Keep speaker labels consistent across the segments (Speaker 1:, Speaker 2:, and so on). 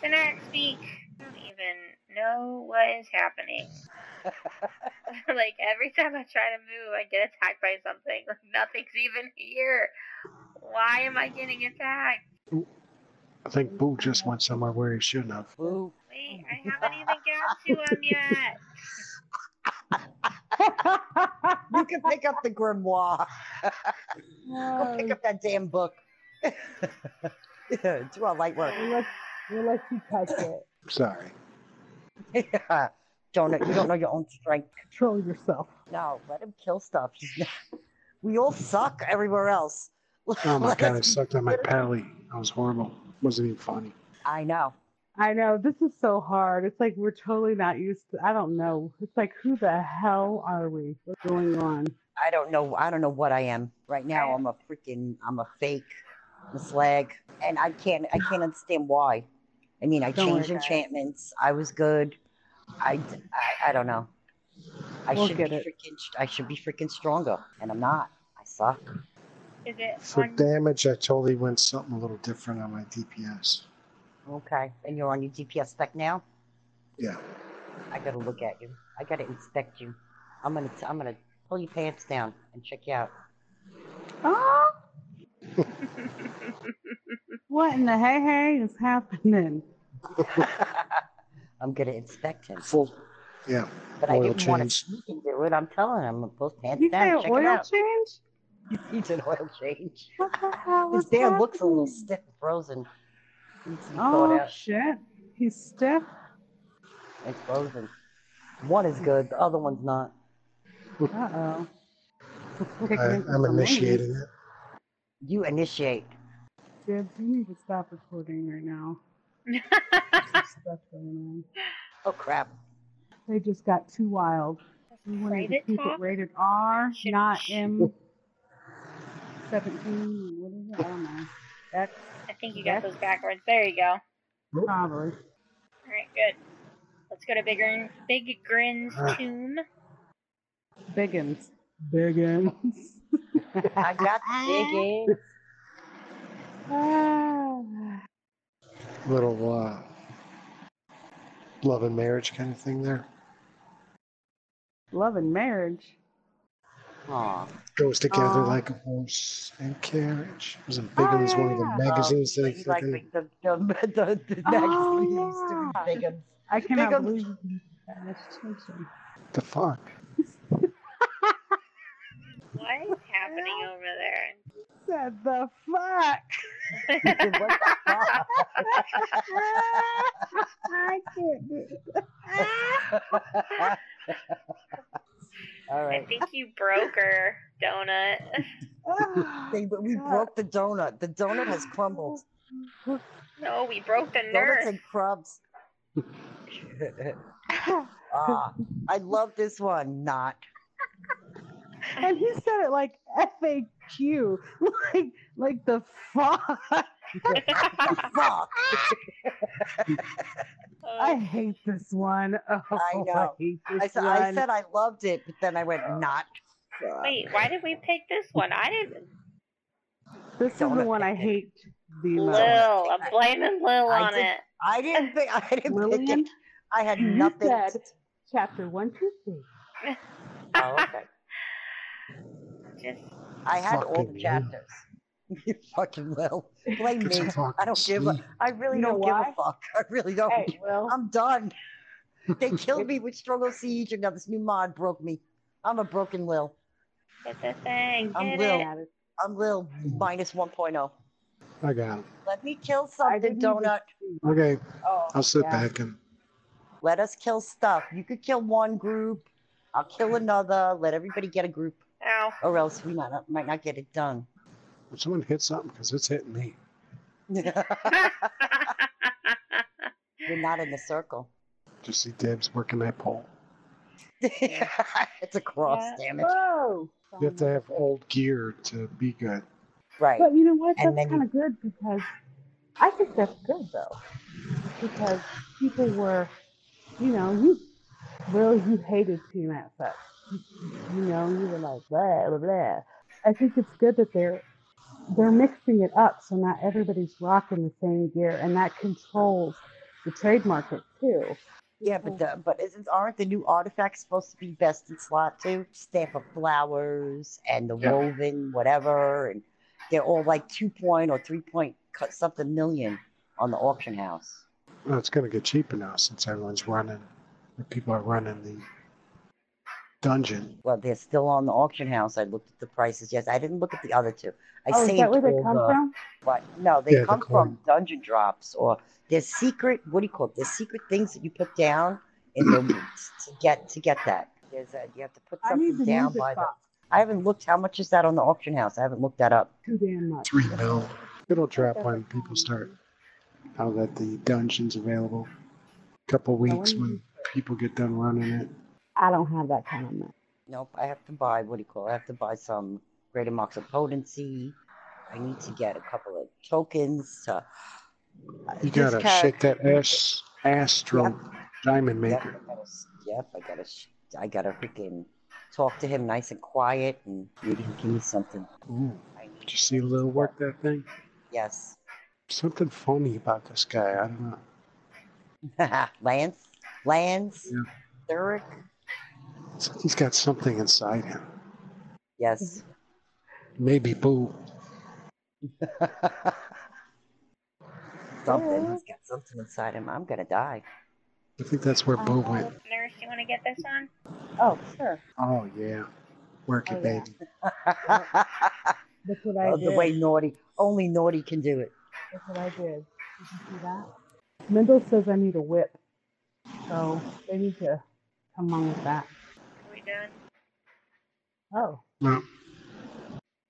Speaker 1: cannot speak. I don't even know what is happening. like every time I try to move, I get attacked by something. Like nothing's even here. Why am I getting attacked?
Speaker 2: I think Boo just went somewhere where he shouldn't have.
Speaker 3: Boo.
Speaker 1: Wait, I haven't even got to him yet.
Speaker 3: you can pick up the grimoire.
Speaker 4: Oh.
Speaker 3: Go
Speaker 4: Um,
Speaker 3: pick up that damn book. Yeah, Do all light work.
Speaker 4: Unless, unless you touch it.
Speaker 2: Sorry.
Speaker 3: Yeah. Don't know, you don't know your own strength.
Speaker 4: Control yourself.
Speaker 3: No, let him kill stuff. He's not- we all suck everywhere else.
Speaker 2: Oh my
Speaker 3: Let
Speaker 2: god, I
Speaker 3: us-
Speaker 2: sucked on my pally. That was horrible. Wasn't even funny.
Speaker 3: I know.
Speaker 4: I know this is so hard. It's like we're totally not used to. I don't know. It's like who the hell are we? What's going on?
Speaker 3: I don't know. I don't know what I am right now. I'm a freaking. I'm a fake. I'm a slag, and I can't. I can't understand why. I mean, I
Speaker 4: Don't worry
Speaker 3: changed
Speaker 4: about it.
Speaker 3: enchantments. I was good. I. d- I, I don't know. I
Speaker 4: We'll
Speaker 3: should
Speaker 4: get
Speaker 3: be
Speaker 4: it.
Speaker 3: freaking. I should be freaking stronger, and I'm not. I suck.
Speaker 1: Is it
Speaker 2: For
Speaker 1: on
Speaker 2: damage, I totally went something a little different on my DPS.
Speaker 3: Okay, and you're on your DPS spec now.
Speaker 2: Yeah.
Speaker 3: I gotta look at you. I gotta inspect you. I'm gonna. T- I'm gonna pull your pants down and check you out.
Speaker 4: Oh. what in the hey hey is happening?
Speaker 3: I'm gonna inspect him.
Speaker 2: Full. Yeah.
Speaker 3: But I
Speaker 2: Oil
Speaker 3: didn't want to
Speaker 2: change.
Speaker 3: sneak and do it. I'm telling him. I'm both pants
Speaker 4: You say
Speaker 3: down. Check it
Speaker 4: oil
Speaker 3: out.
Speaker 4: change?
Speaker 3: He's an oil change.
Speaker 4: What the hell
Speaker 3: His
Speaker 4: is
Speaker 3: bear looks a little
Speaker 4: happening?
Speaker 3: stiff, and frozen. Needs to be thawed
Speaker 4: Oh
Speaker 3: out
Speaker 4: shit, he's stiff.
Speaker 3: and frozen. One is good. The other one's not.
Speaker 4: Uh oh.
Speaker 2: I, I'm initiating it.
Speaker 3: You initiate.
Speaker 4: Dibs, you need to stop recording right now. There's some stuff going on.
Speaker 3: Oh crap!
Speaker 4: They just got too wild. We wanted to
Speaker 1: private
Speaker 4: keep
Speaker 1: talk?
Speaker 4: it rated R,
Speaker 1: Should-
Speaker 4: not M. Seventeen. What is it? I don't know. X
Speaker 1: I think you got those backwards. There you go. All
Speaker 4: probably.
Speaker 1: right, good. Let's go to Big Grin, Big Grin's tomb.
Speaker 4: Biggins. Biggins.
Speaker 3: I got the big
Speaker 4: Ah.
Speaker 2: Little uh, love and marriage kind of thing there.
Speaker 4: Love and marriage.
Speaker 3: Aw.
Speaker 2: Goes together
Speaker 4: Aw.
Speaker 2: like a horse and carriage. It was in Biggins,
Speaker 4: Oh,
Speaker 2: one of
Speaker 4: yeah.
Speaker 2: the magazines
Speaker 3: Oh,
Speaker 2: that I
Speaker 3: you like
Speaker 2: fucking-
Speaker 3: the the the, the, the
Speaker 4: Oh,
Speaker 3: magazine used to
Speaker 4: yeah.
Speaker 3: be big.
Speaker 4: I cannot
Speaker 3: Biggins.
Speaker 4: believe you paid that much attention.
Speaker 2: the fuck.
Speaker 1: What is happening over there?
Speaker 4: Said the fuck.
Speaker 3: and- What the fuck?
Speaker 4: I can't do
Speaker 3: All
Speaker 1: I
Speaker 3: right.
Speaker 1: think you broke her, donut.
Speaker 4: it.
Speaker 3: They, we
Speaker 4: God. Oh,
Speaker 3: broke the donut. The donut has crumbled.
Speaker 1: No, we broke the
Speaker 3: Donuts
Speaker 1: nurse.
Speaker 3: and crabs. ah, I love this one. Not.
Speaker 4: and he said it like FAQ, like like the fuck.
Speaker 3: Fuck.
Speaker 4: I hate this one. Oh,
Speaker 3: I know.
Speaker 4: hate this
Speaker 3: I, said, I
Speaker 4: one.
Speaker 3: said I loved it, but then I went not.
Speaker 1: Wait, why did we pick this one? I didn't.
Speaker 4: this is the
Speaker 3: Donut
Speaker 4: one I
Speaker 3: Picnic.
Speaker 4: hate the
Speaker 1: Lil,
Speaker 4: most.
Speaker 1: I'm blaming Lil
Speaker 3: I
Speaker 1: on
Speaker 3: did-
Speaker 1: it.
Speaker 3: I didn't think I didn't pick
Speaker 4: Lillian,
Speaker 3: it. I had
Speaker 4: you
Speaker 3: nothing. to-
Speaker 4: said- chapter one, two, three.
Speaker 3: oh, okay.
Speaker 1: Just
Speaker 3: I had all
Speaker 2: Fucking
Speaker 3: the
Speaker 2: Lil.
Speaker 3: chapters. You fucking will. Blame
Speaker 2: It's
Speaker 3: me.
Speaker 2: fucking
Speaker 3: I don't give a
Speaker 2: sweet.
Speaker 3: I really
Speaker 4: You know
Speaker 3: don't give
Speaker 4: why?
Speaker 3: a fuck. I really don't.
Speaker 4: Hey, well,
Speaker 3: I'm done. They killed me with Struggle Siege and now this new mod broke me. I'm a broken Lil.
Speaker 1: get the thing. Get
Speaker 3: I'm
Speaker 1: it.
Speaker 3: Lil.
Speaker 4: at it.
Speaker 3: I'm Lil minus oh. 1.0
Speaker 2: I got it.
Speaker 3: Let me kill
Speaker 4: I
Speaker 3: something,
Speaker 4: didn't even
Speaker 3: Donut.
Speaker 2: Okay,
Speaker 4: Oh,
Speaker 2: I'll sit
Speaker 4: yeah.
Speaker 2: back and
Speaker 3: Let us kill stuff. You could kill one group. I'll kill another. Let everybody get a group,
Speaker 1: Ow.
Speaker 3: or else we might not, might not get it done.
Speaker 2: If someone hit something because it's hitting me.
Speaker 3: We're not in the circle.
Speaker 2: Just see Debs working that pole.
Speaker 3: it's a cross,
Speaker 1: Yeah.
Speaker 3: damn it.
Speaker 4: Whoa.
Speaker 2: You have to have old gear to be good.
Speaker 3: Right.
Speaker 4: But you know what?
Speaker 3: And
Speaker 4: That's
Speaker 3: then
Speaker 4: kind
Speaker 3: you-
Speaker 4: of good because I think that's good though, because people were, you know, you really you hated Team Asset. You know, you were like blah blah blah. I think it's good that they're they're mixing it up so not everybody's rocking the same gear, and that controls the trade market too.
Speaker 3: Yeah, but the, but isn't aren't the new artifacts supposed to be best in slot too? Stamp of flowers and the
Speaker 2: Yeah.
Speaker 3: woven whatever, and they're all like two point or three point cut something million on the auction house.
Speaker 2: Well, it's going to get cheaper now since everyone's running. The people are running the dungeon.
Speaker 3: Well, they're still on the auction house. I looked at the prices. Yes, I didn't look at the other two. I
Speaker 4: oh, is
Speaker 3: saved
Speaker 4: that where they
Speaker 3: all
Speaker 4: come
Speaker 3: the-
Speaker 4: from?
Speaker 3: Right. No, they
Speaker 2: Yeah, the
Speaker 3: come
Speaker 2: coin.
Speaker 3: from dungeon drops or there's secret. What do you call it? There's secret things that you put down in the loot to get to get that. There's a, you have to put
Speaker 4: I need
Speaker 3: something
Speaker 4: the
Speaker 3: down
Speaker 4: music
Speaker 3: by the.
Speaker 4: box
Speaker 3: I haven't looked. How much is that on the auction house? I haven't looked that up.
Speaker 4: too damn much.
Speaker 2: Three mil. It'll drop when people start now that the dungeon's available. Couple weeks when people get done running it.
Speaker 4: I don't have that kind of money.
Speaker 3: Nope. I have to buy. What do you call? it? I have to buy some greater marks of potency. I need to get a couple of tokens to.
Speaker 2: You
Speaker 3: This
Speaker 2: gotta
Speaker 3: character-
Speaker 2: shake that ass, astral diamond
Speaker 3: Yep,
Speaker 2: maker.
Speaker 3: I gotta, s- yep, I gotta, sh- I gotta freaking talk to him nice and quiet, and maybe he'll give me something.
Speaker 2: Ooh,
Speaker 3: I need
Speaker 2: did you see Lil work that thing?
Speaker 3: Yes.
Speaker 2: Something funny about this guy. I don't know.
Speaker 3: Lance, Lance,
Speaker 2: Yeah.
Speaker 3: Thurick.
Speaker 2: It's like he's got something inside him.
Speaker 3: Yes.
Speaker 2: Maybe boo.
Speaker 3: something. He's got something inside him. I'm gonna die.
Speaker 2: I think that's where
Speaker 4: Uh-huh.
Speaker 2: boo went.
Speaker 1: Nurse, you want to get this one?
Speaker 4: Oh, sure.
Speaker 2: Oh yeah, work it,
Speaker 4: Oh, yeah.
Speaker 2: baby.
Speaker 4: That's what I
Speaker 3: Oh,
Speaker 4: did.
Speaker 3: the way naughty, only naughty can do it.
Speaker 4: That's what I did. Did you see that? Mendel says I need a whip. So they need to come along with that.
Speaker 1: Are we done?
Speaker 4: Oh.
Speaker 2: No,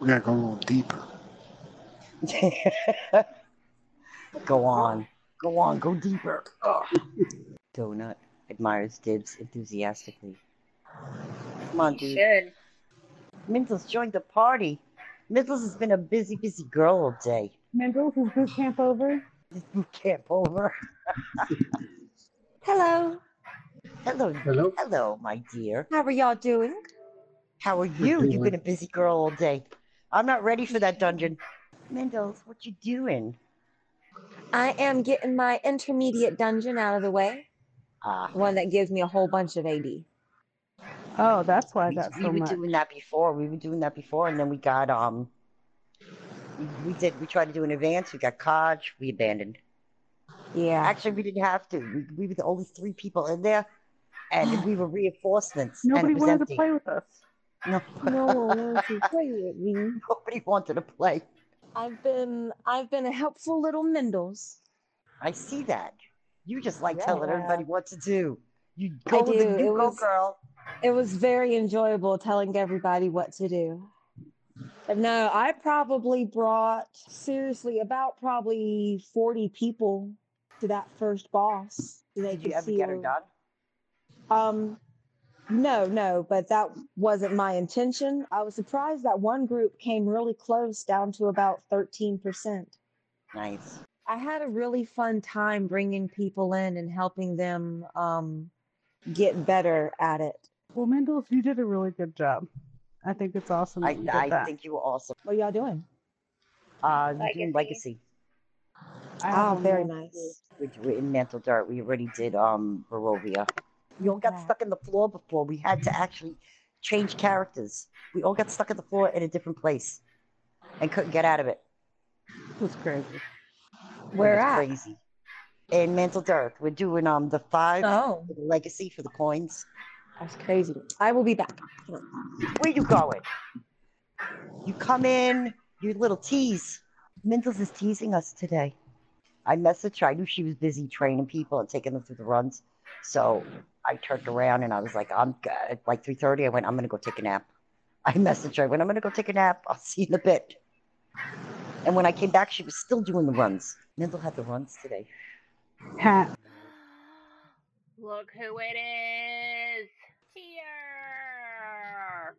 Speaker 2: we gotta go a little deeper.
Speaker 3: go on, go on, go deeper. Ugh. Donut admires Dibs enthusiastically. Come on,
Speaker 1: You
Speaker 3: dude.
Speaker 1: should.
Speaker 3: Mintles joined the party. Mintles has been a busy, busy girl all day.
Speaker 4: Mendel, is boot camp over?
Speaker 3: This boot camp over. Hello. Hello.
Speaker 2: Hello.
Speaker 3: Hello, my dear. How are y'all doing? How are you? You've been a busy girl all day. I'm not ready for that dungeon. Mintles, what you doing?
Speaker 5: I am getting my intermediate dungeon out of the way,
Speaker 3: Ah,
Speaker 5: one that gives me a whole bunch of AD.
Speaker 4: Oh, that's why I
Speaker 3: we,
Speaker 4: got
Speaker 3: we
Speaker 4: so
Speaker 3: were
Speaker 4: much.
Speaker 3: doing that before. We were doing that before, and then we got um. we- We did. We tried to do an advance. We got Kaj. We abandoned.
Speaker 5: Yeah.
Speaker 3: Actually, we didn't have to. We, we were the only three people in there, and we were reinforcements. and
Speaker 4: Nobody
Speaker 3: it was
Speaker 4: wanted
Speaker 3: empty.
Speaker 4: to play with us.
Speaker 3: No,
Speaker 5: No one wants to play with me.
Speaker 3: nobody wanted to play.
Speaker 5: I've been I've been a helpful little Mendels.
Speaker 3: I see that. You just like telling
Speaker 5: Yeah.
Speaker 3: everybody what to do. You go with
Speaker 5: do.
Speaker 3: the you
Speaker 5: It
Speaker 3: go
Speaker 5: was-
Speaker 3: girl.
Speaker 5: It was very enjoyable telling everybody what to do. But no, I probably brought seriously about probably 40 people to that first boss. So they
Speaker 3: Did you
Speaker 5: could
Speaker 3: ever
Speaker 5: see
Speaker 3: get her
Speaker 5: where-
Speaker 3: done?
Speaker 5: Um, no, no, but that wasn't my intention. I was surprised that one group came really close down to about 13%.
Speaker 3: Nice.
Speaker 5: I had a really fun time bringing people in and helping them um, get better at it.
Speaker 4: Well, Mendel, you did a really good job. I think it's awesome. That
Speaker 3: I,
Speaker 4: you Mm, did
Speaker 3: I
Speaker 4: that.
Speaker 3: think you were awesome.
Speaker 5: What are y'all doing?
Speaker 3: Uh, you're doing legacy.
Speaker 1: Legacy.
Speaker 4: I have
Speaker 5: Ah,
Speaker 4: one
Speaker 5: very
Speaker 4: more.
Speaker 5: nice.
Speaker 3: We're, we're in mental dirt. We already did um Barovia. We all got
Speaker 5: Yeah.
Speaker 3: stuck in the floor before. We had to actually change characters. We all got stuck in the floor in a different place, and couldn't get out of it.
Speaker 4: It was crazy.
Speaker 3: It
Speaker 5: Where
Speaker 3: was
Speaker 5: at?
Speaker 3: Crazy. In mental dirt, we're doing um the five
Speaker 5: Oh,
Speaker 3: for the legacy for the coins.
Speaker 5: that's crazy. I will be back.
Speaker 3: Where you going? You come in, you little tease. Mintles is teasing us today. I messaged her. I knew she was busy training people and taking them through the runs. So I turned around and I was like, I'm g- at like 3.30. I went, I'm going to go take a nap. I messaged her. I went, I'm going to go take a nap. I'll see you in a bit. And when I came back, she was still doing the runs. Mintle had the runs today.
Speaker 4: Ha.
Speaker 1: Look who it is! Tier!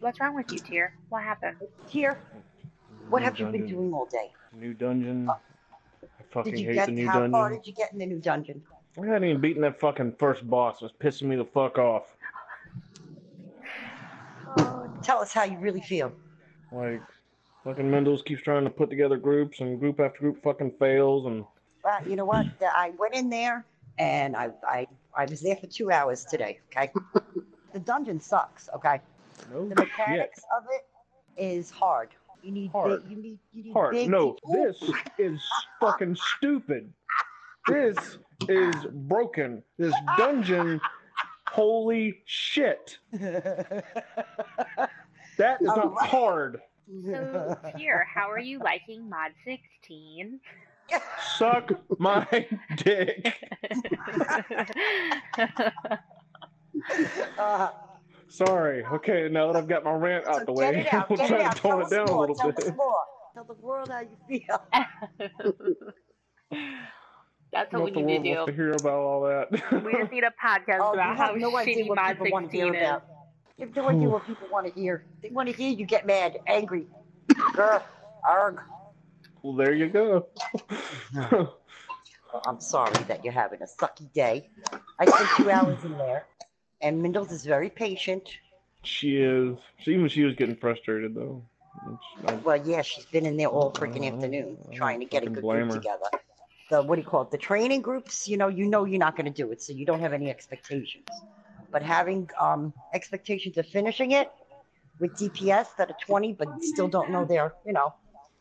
Speaker 1: What's wrong with you, Tier? What happened?
Speaker 3: Here, what
Speaker 6: New
Speaker 3: have you been
Speaker 6: dungeon.
Speaker 3: doing all day?
Speaker 6: New dungeon. I fucking
Speaker 3: Did you
Speaker 6: hate
Speaker 3: get,
Speaker 6: the new
Speaker 3: how
Speaker 6: dungeon.
Speaker 3: far did you get in the new dungeon?
Speaker 6: I hadn't even beaten that fucking first boss. It was pissing me the fuck off.
Speaker 3: Tell us how you really feel.
Speaker 6: Like, fucking Mendels keeps trying to put together groups, and group after group fucking fails, and
Speaker 3: Well, you know what? The- I went in there and I, I, I was there for two hours today. Okay. the dungeon sucks. Okay.
Speaker 6: No
Speaker 3: The
Speaker 6: shit.
Speaker 3: mechanics of it is hard. You need
Speaker 6: Hard.
Speaker 3: big. You need. You need
Speaker 6: Heart.
Speaker 3: big.
Speaker 6: No,
Speaker 3: Ooh,
Speaker 6: this is fucking stupid. This is broken. This dungeon. Holy shit. That is not
Speaker 3: Alright.
Speaker 6: hard.
Speaker 1: So, here, how are you liking Mod 16?
Speaker 6: Suck my dick.
Speaker 3: uh,
Speaker 6: Sorry. Okay, now that I've got my rant
Speaker 3: so
Speaker 6: out the
Speaker 3: get
Speaker 6: way,
Speaker 3: it out.
Speaker 6: we'll
Speaker 3: Get
Speaker 6: try
Speaker 3: it
Speaker 6: to
Speaker 3: out.
Speaker 6: tone
Speaker 3: Tell
Speaker 6: it
Speaker 3: us
Speaker 6: down a
Speaker 3: more.
Speaker 6: little
Speaker 3: Tell
Speaker 6: bit.
Speaker 3: us more. Tell the world how you feel.
Speaker 1: That's
Speaker 6: Not
Speaker 1: what we
Speaker 6: the
Speaker 1: need
Speaker 6: world
Speaker 1: to
Speaker 6: wants to
Speaker 1: do.
Speaker 6: hear about all
Speaker 1: We just
Speaker 6: that.
Speaker 1: need a podcast
Speaker 3: Oh, you
Speaker 1: about how
Speaker 3: have no idea
Speaker 1: shitty
Speaker 3: what
Speaker 1: Mod
Speaker 3: people want to hear
Speaker 1: 16 is.
Speaker 3: about. You have no idea what people want to hear. They want to hear you get mad, angry, grr, arg.
Speaker 6: well, there you go.
Speaker 3: Well, I'm sorry that you're having a sucky day. I spent two hours in there, and Mindles is very patient.
Speaker 6: she is. She, even she was getting frustrated, though. It's- I-
Speaker 3: Well, yeah, she's been in there all freaking afternoon
Speaker 6: I don't
Speaker 3: trying to get a
Speaker 6: fucking
Speaker 3: good
Speaker 6: Mm-hmm. blame
Speaker 3: group
Speaker 6: her.
Speaker 3: together. The what do you call it? The training groups. You know, you know you're not going to do it, so you don't have any expectations. But having um, expectations of finishing it with DPS that are 20, but still don't know their, you know,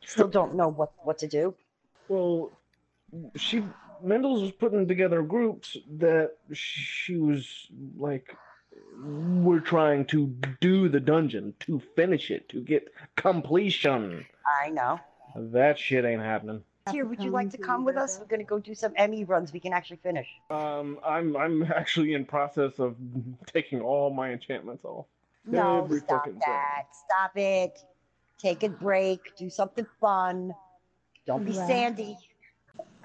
Speaker 3: still don't know what what to do.
Speaker 6: Well, she Mendels was putting together groups that she was like, we're trying to do the dungeon, to finish it, to get completion.
Speaker 3: I know.
Speaker 6: That shit ain't happening.
Speaker 3: Here, would you like to come with us? We're going to go do some ME runs. We can actually finish.
Speaker 6: Um, I'm I'm actually in process of taking all my enchantments off.
Speaker 3: No,
Speaker 6: Every
Speaker 3: stop
Speaker 6: fucking thing.
Speaker 3: that. Stop it. Take a break. Do something fun. Don't be
Speaker 4: Right.
Speaker 3: sandy.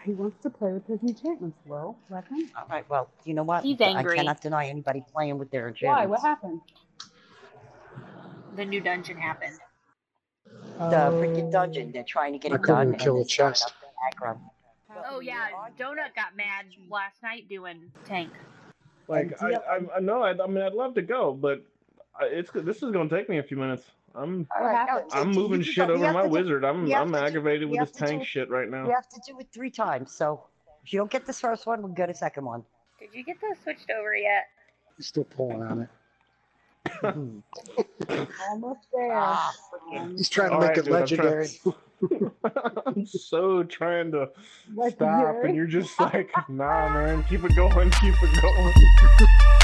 Speaker 4: He wants to play with his enchantments. Well, let him.
Speaker 3: All right. Well, you know what?
Speaker 1: He's
Speaker 3: I
Speaker 1: angry.
Speaker 3: cannot deny anybody playing with their
Speaker 4: Why? What
Speaker 3: enchantments.
Speaker 4: happened?
Speaker 1: The new dungeon happened.
Speaker 3: The freaking dungeon. They're trying to get
Speaker 2: I
Speaker 3: it
Speaker 2: couldn't
Speaker 3: done.
Speaker 2: kill a
Speaker 3: and they're
Speaker 2: chest.
Speaker 3: throwing up the aggro.
Speaker 1: Oh, yeah. Donut got mad last night doing tank.
Speaker 6: Like I,
Speaker 3: And
Speaker 6: I, I know I, I mean I'd love to go, but I- it's this is gonna take me a few minutes. I'm
Speaker 3: All
Speaker 4: What
Speaker 3: right. no,
Speaker 4: happened?
Speaker 3: you-
Speaker 6: I'm
Speaker 3: you
Speaker 6: moving
Speaker 3: can
Speaker 6: shit
Speaker 3: go- we
Speaker 6: over
Speaker 3: have
Speaker 6: my
Speaker 3: to do-
Speaker 6: wizard. I'm
Speaker 3: we have
Speaker 6: I'm
Speaker 3: to do-
Speaker 6: aggravated
Speaker 3: we
Speaker 6: with
Speaker 3: have
Speaker 6: this
Speaker 3: to
Speaker 6: tank
Speaker 3: do-
Speaker 6: shit right now.
Speaker 3: We have to do it three times. So if you don't get this first one, we'll get a second one.
Speaker 1: Did you get those switched over yet?
Speaker 2: Still pulling on it. Hmm.
Speaker 4: Almost there.
Speaker 3: Ah, freaking.
Speaker 2: He's trying to
Speaker 6: All
Speaker 2: make
Speaker 6: right,
Speaker 2: it
Speaker 6: dude, I'm trying-
Speaker 2: legendary.
Speaker 6: I'm so trying to
Speaker 4: Legendary.
Speaker 6: stop, and you're just like, nah, man, keep it going, keep it going.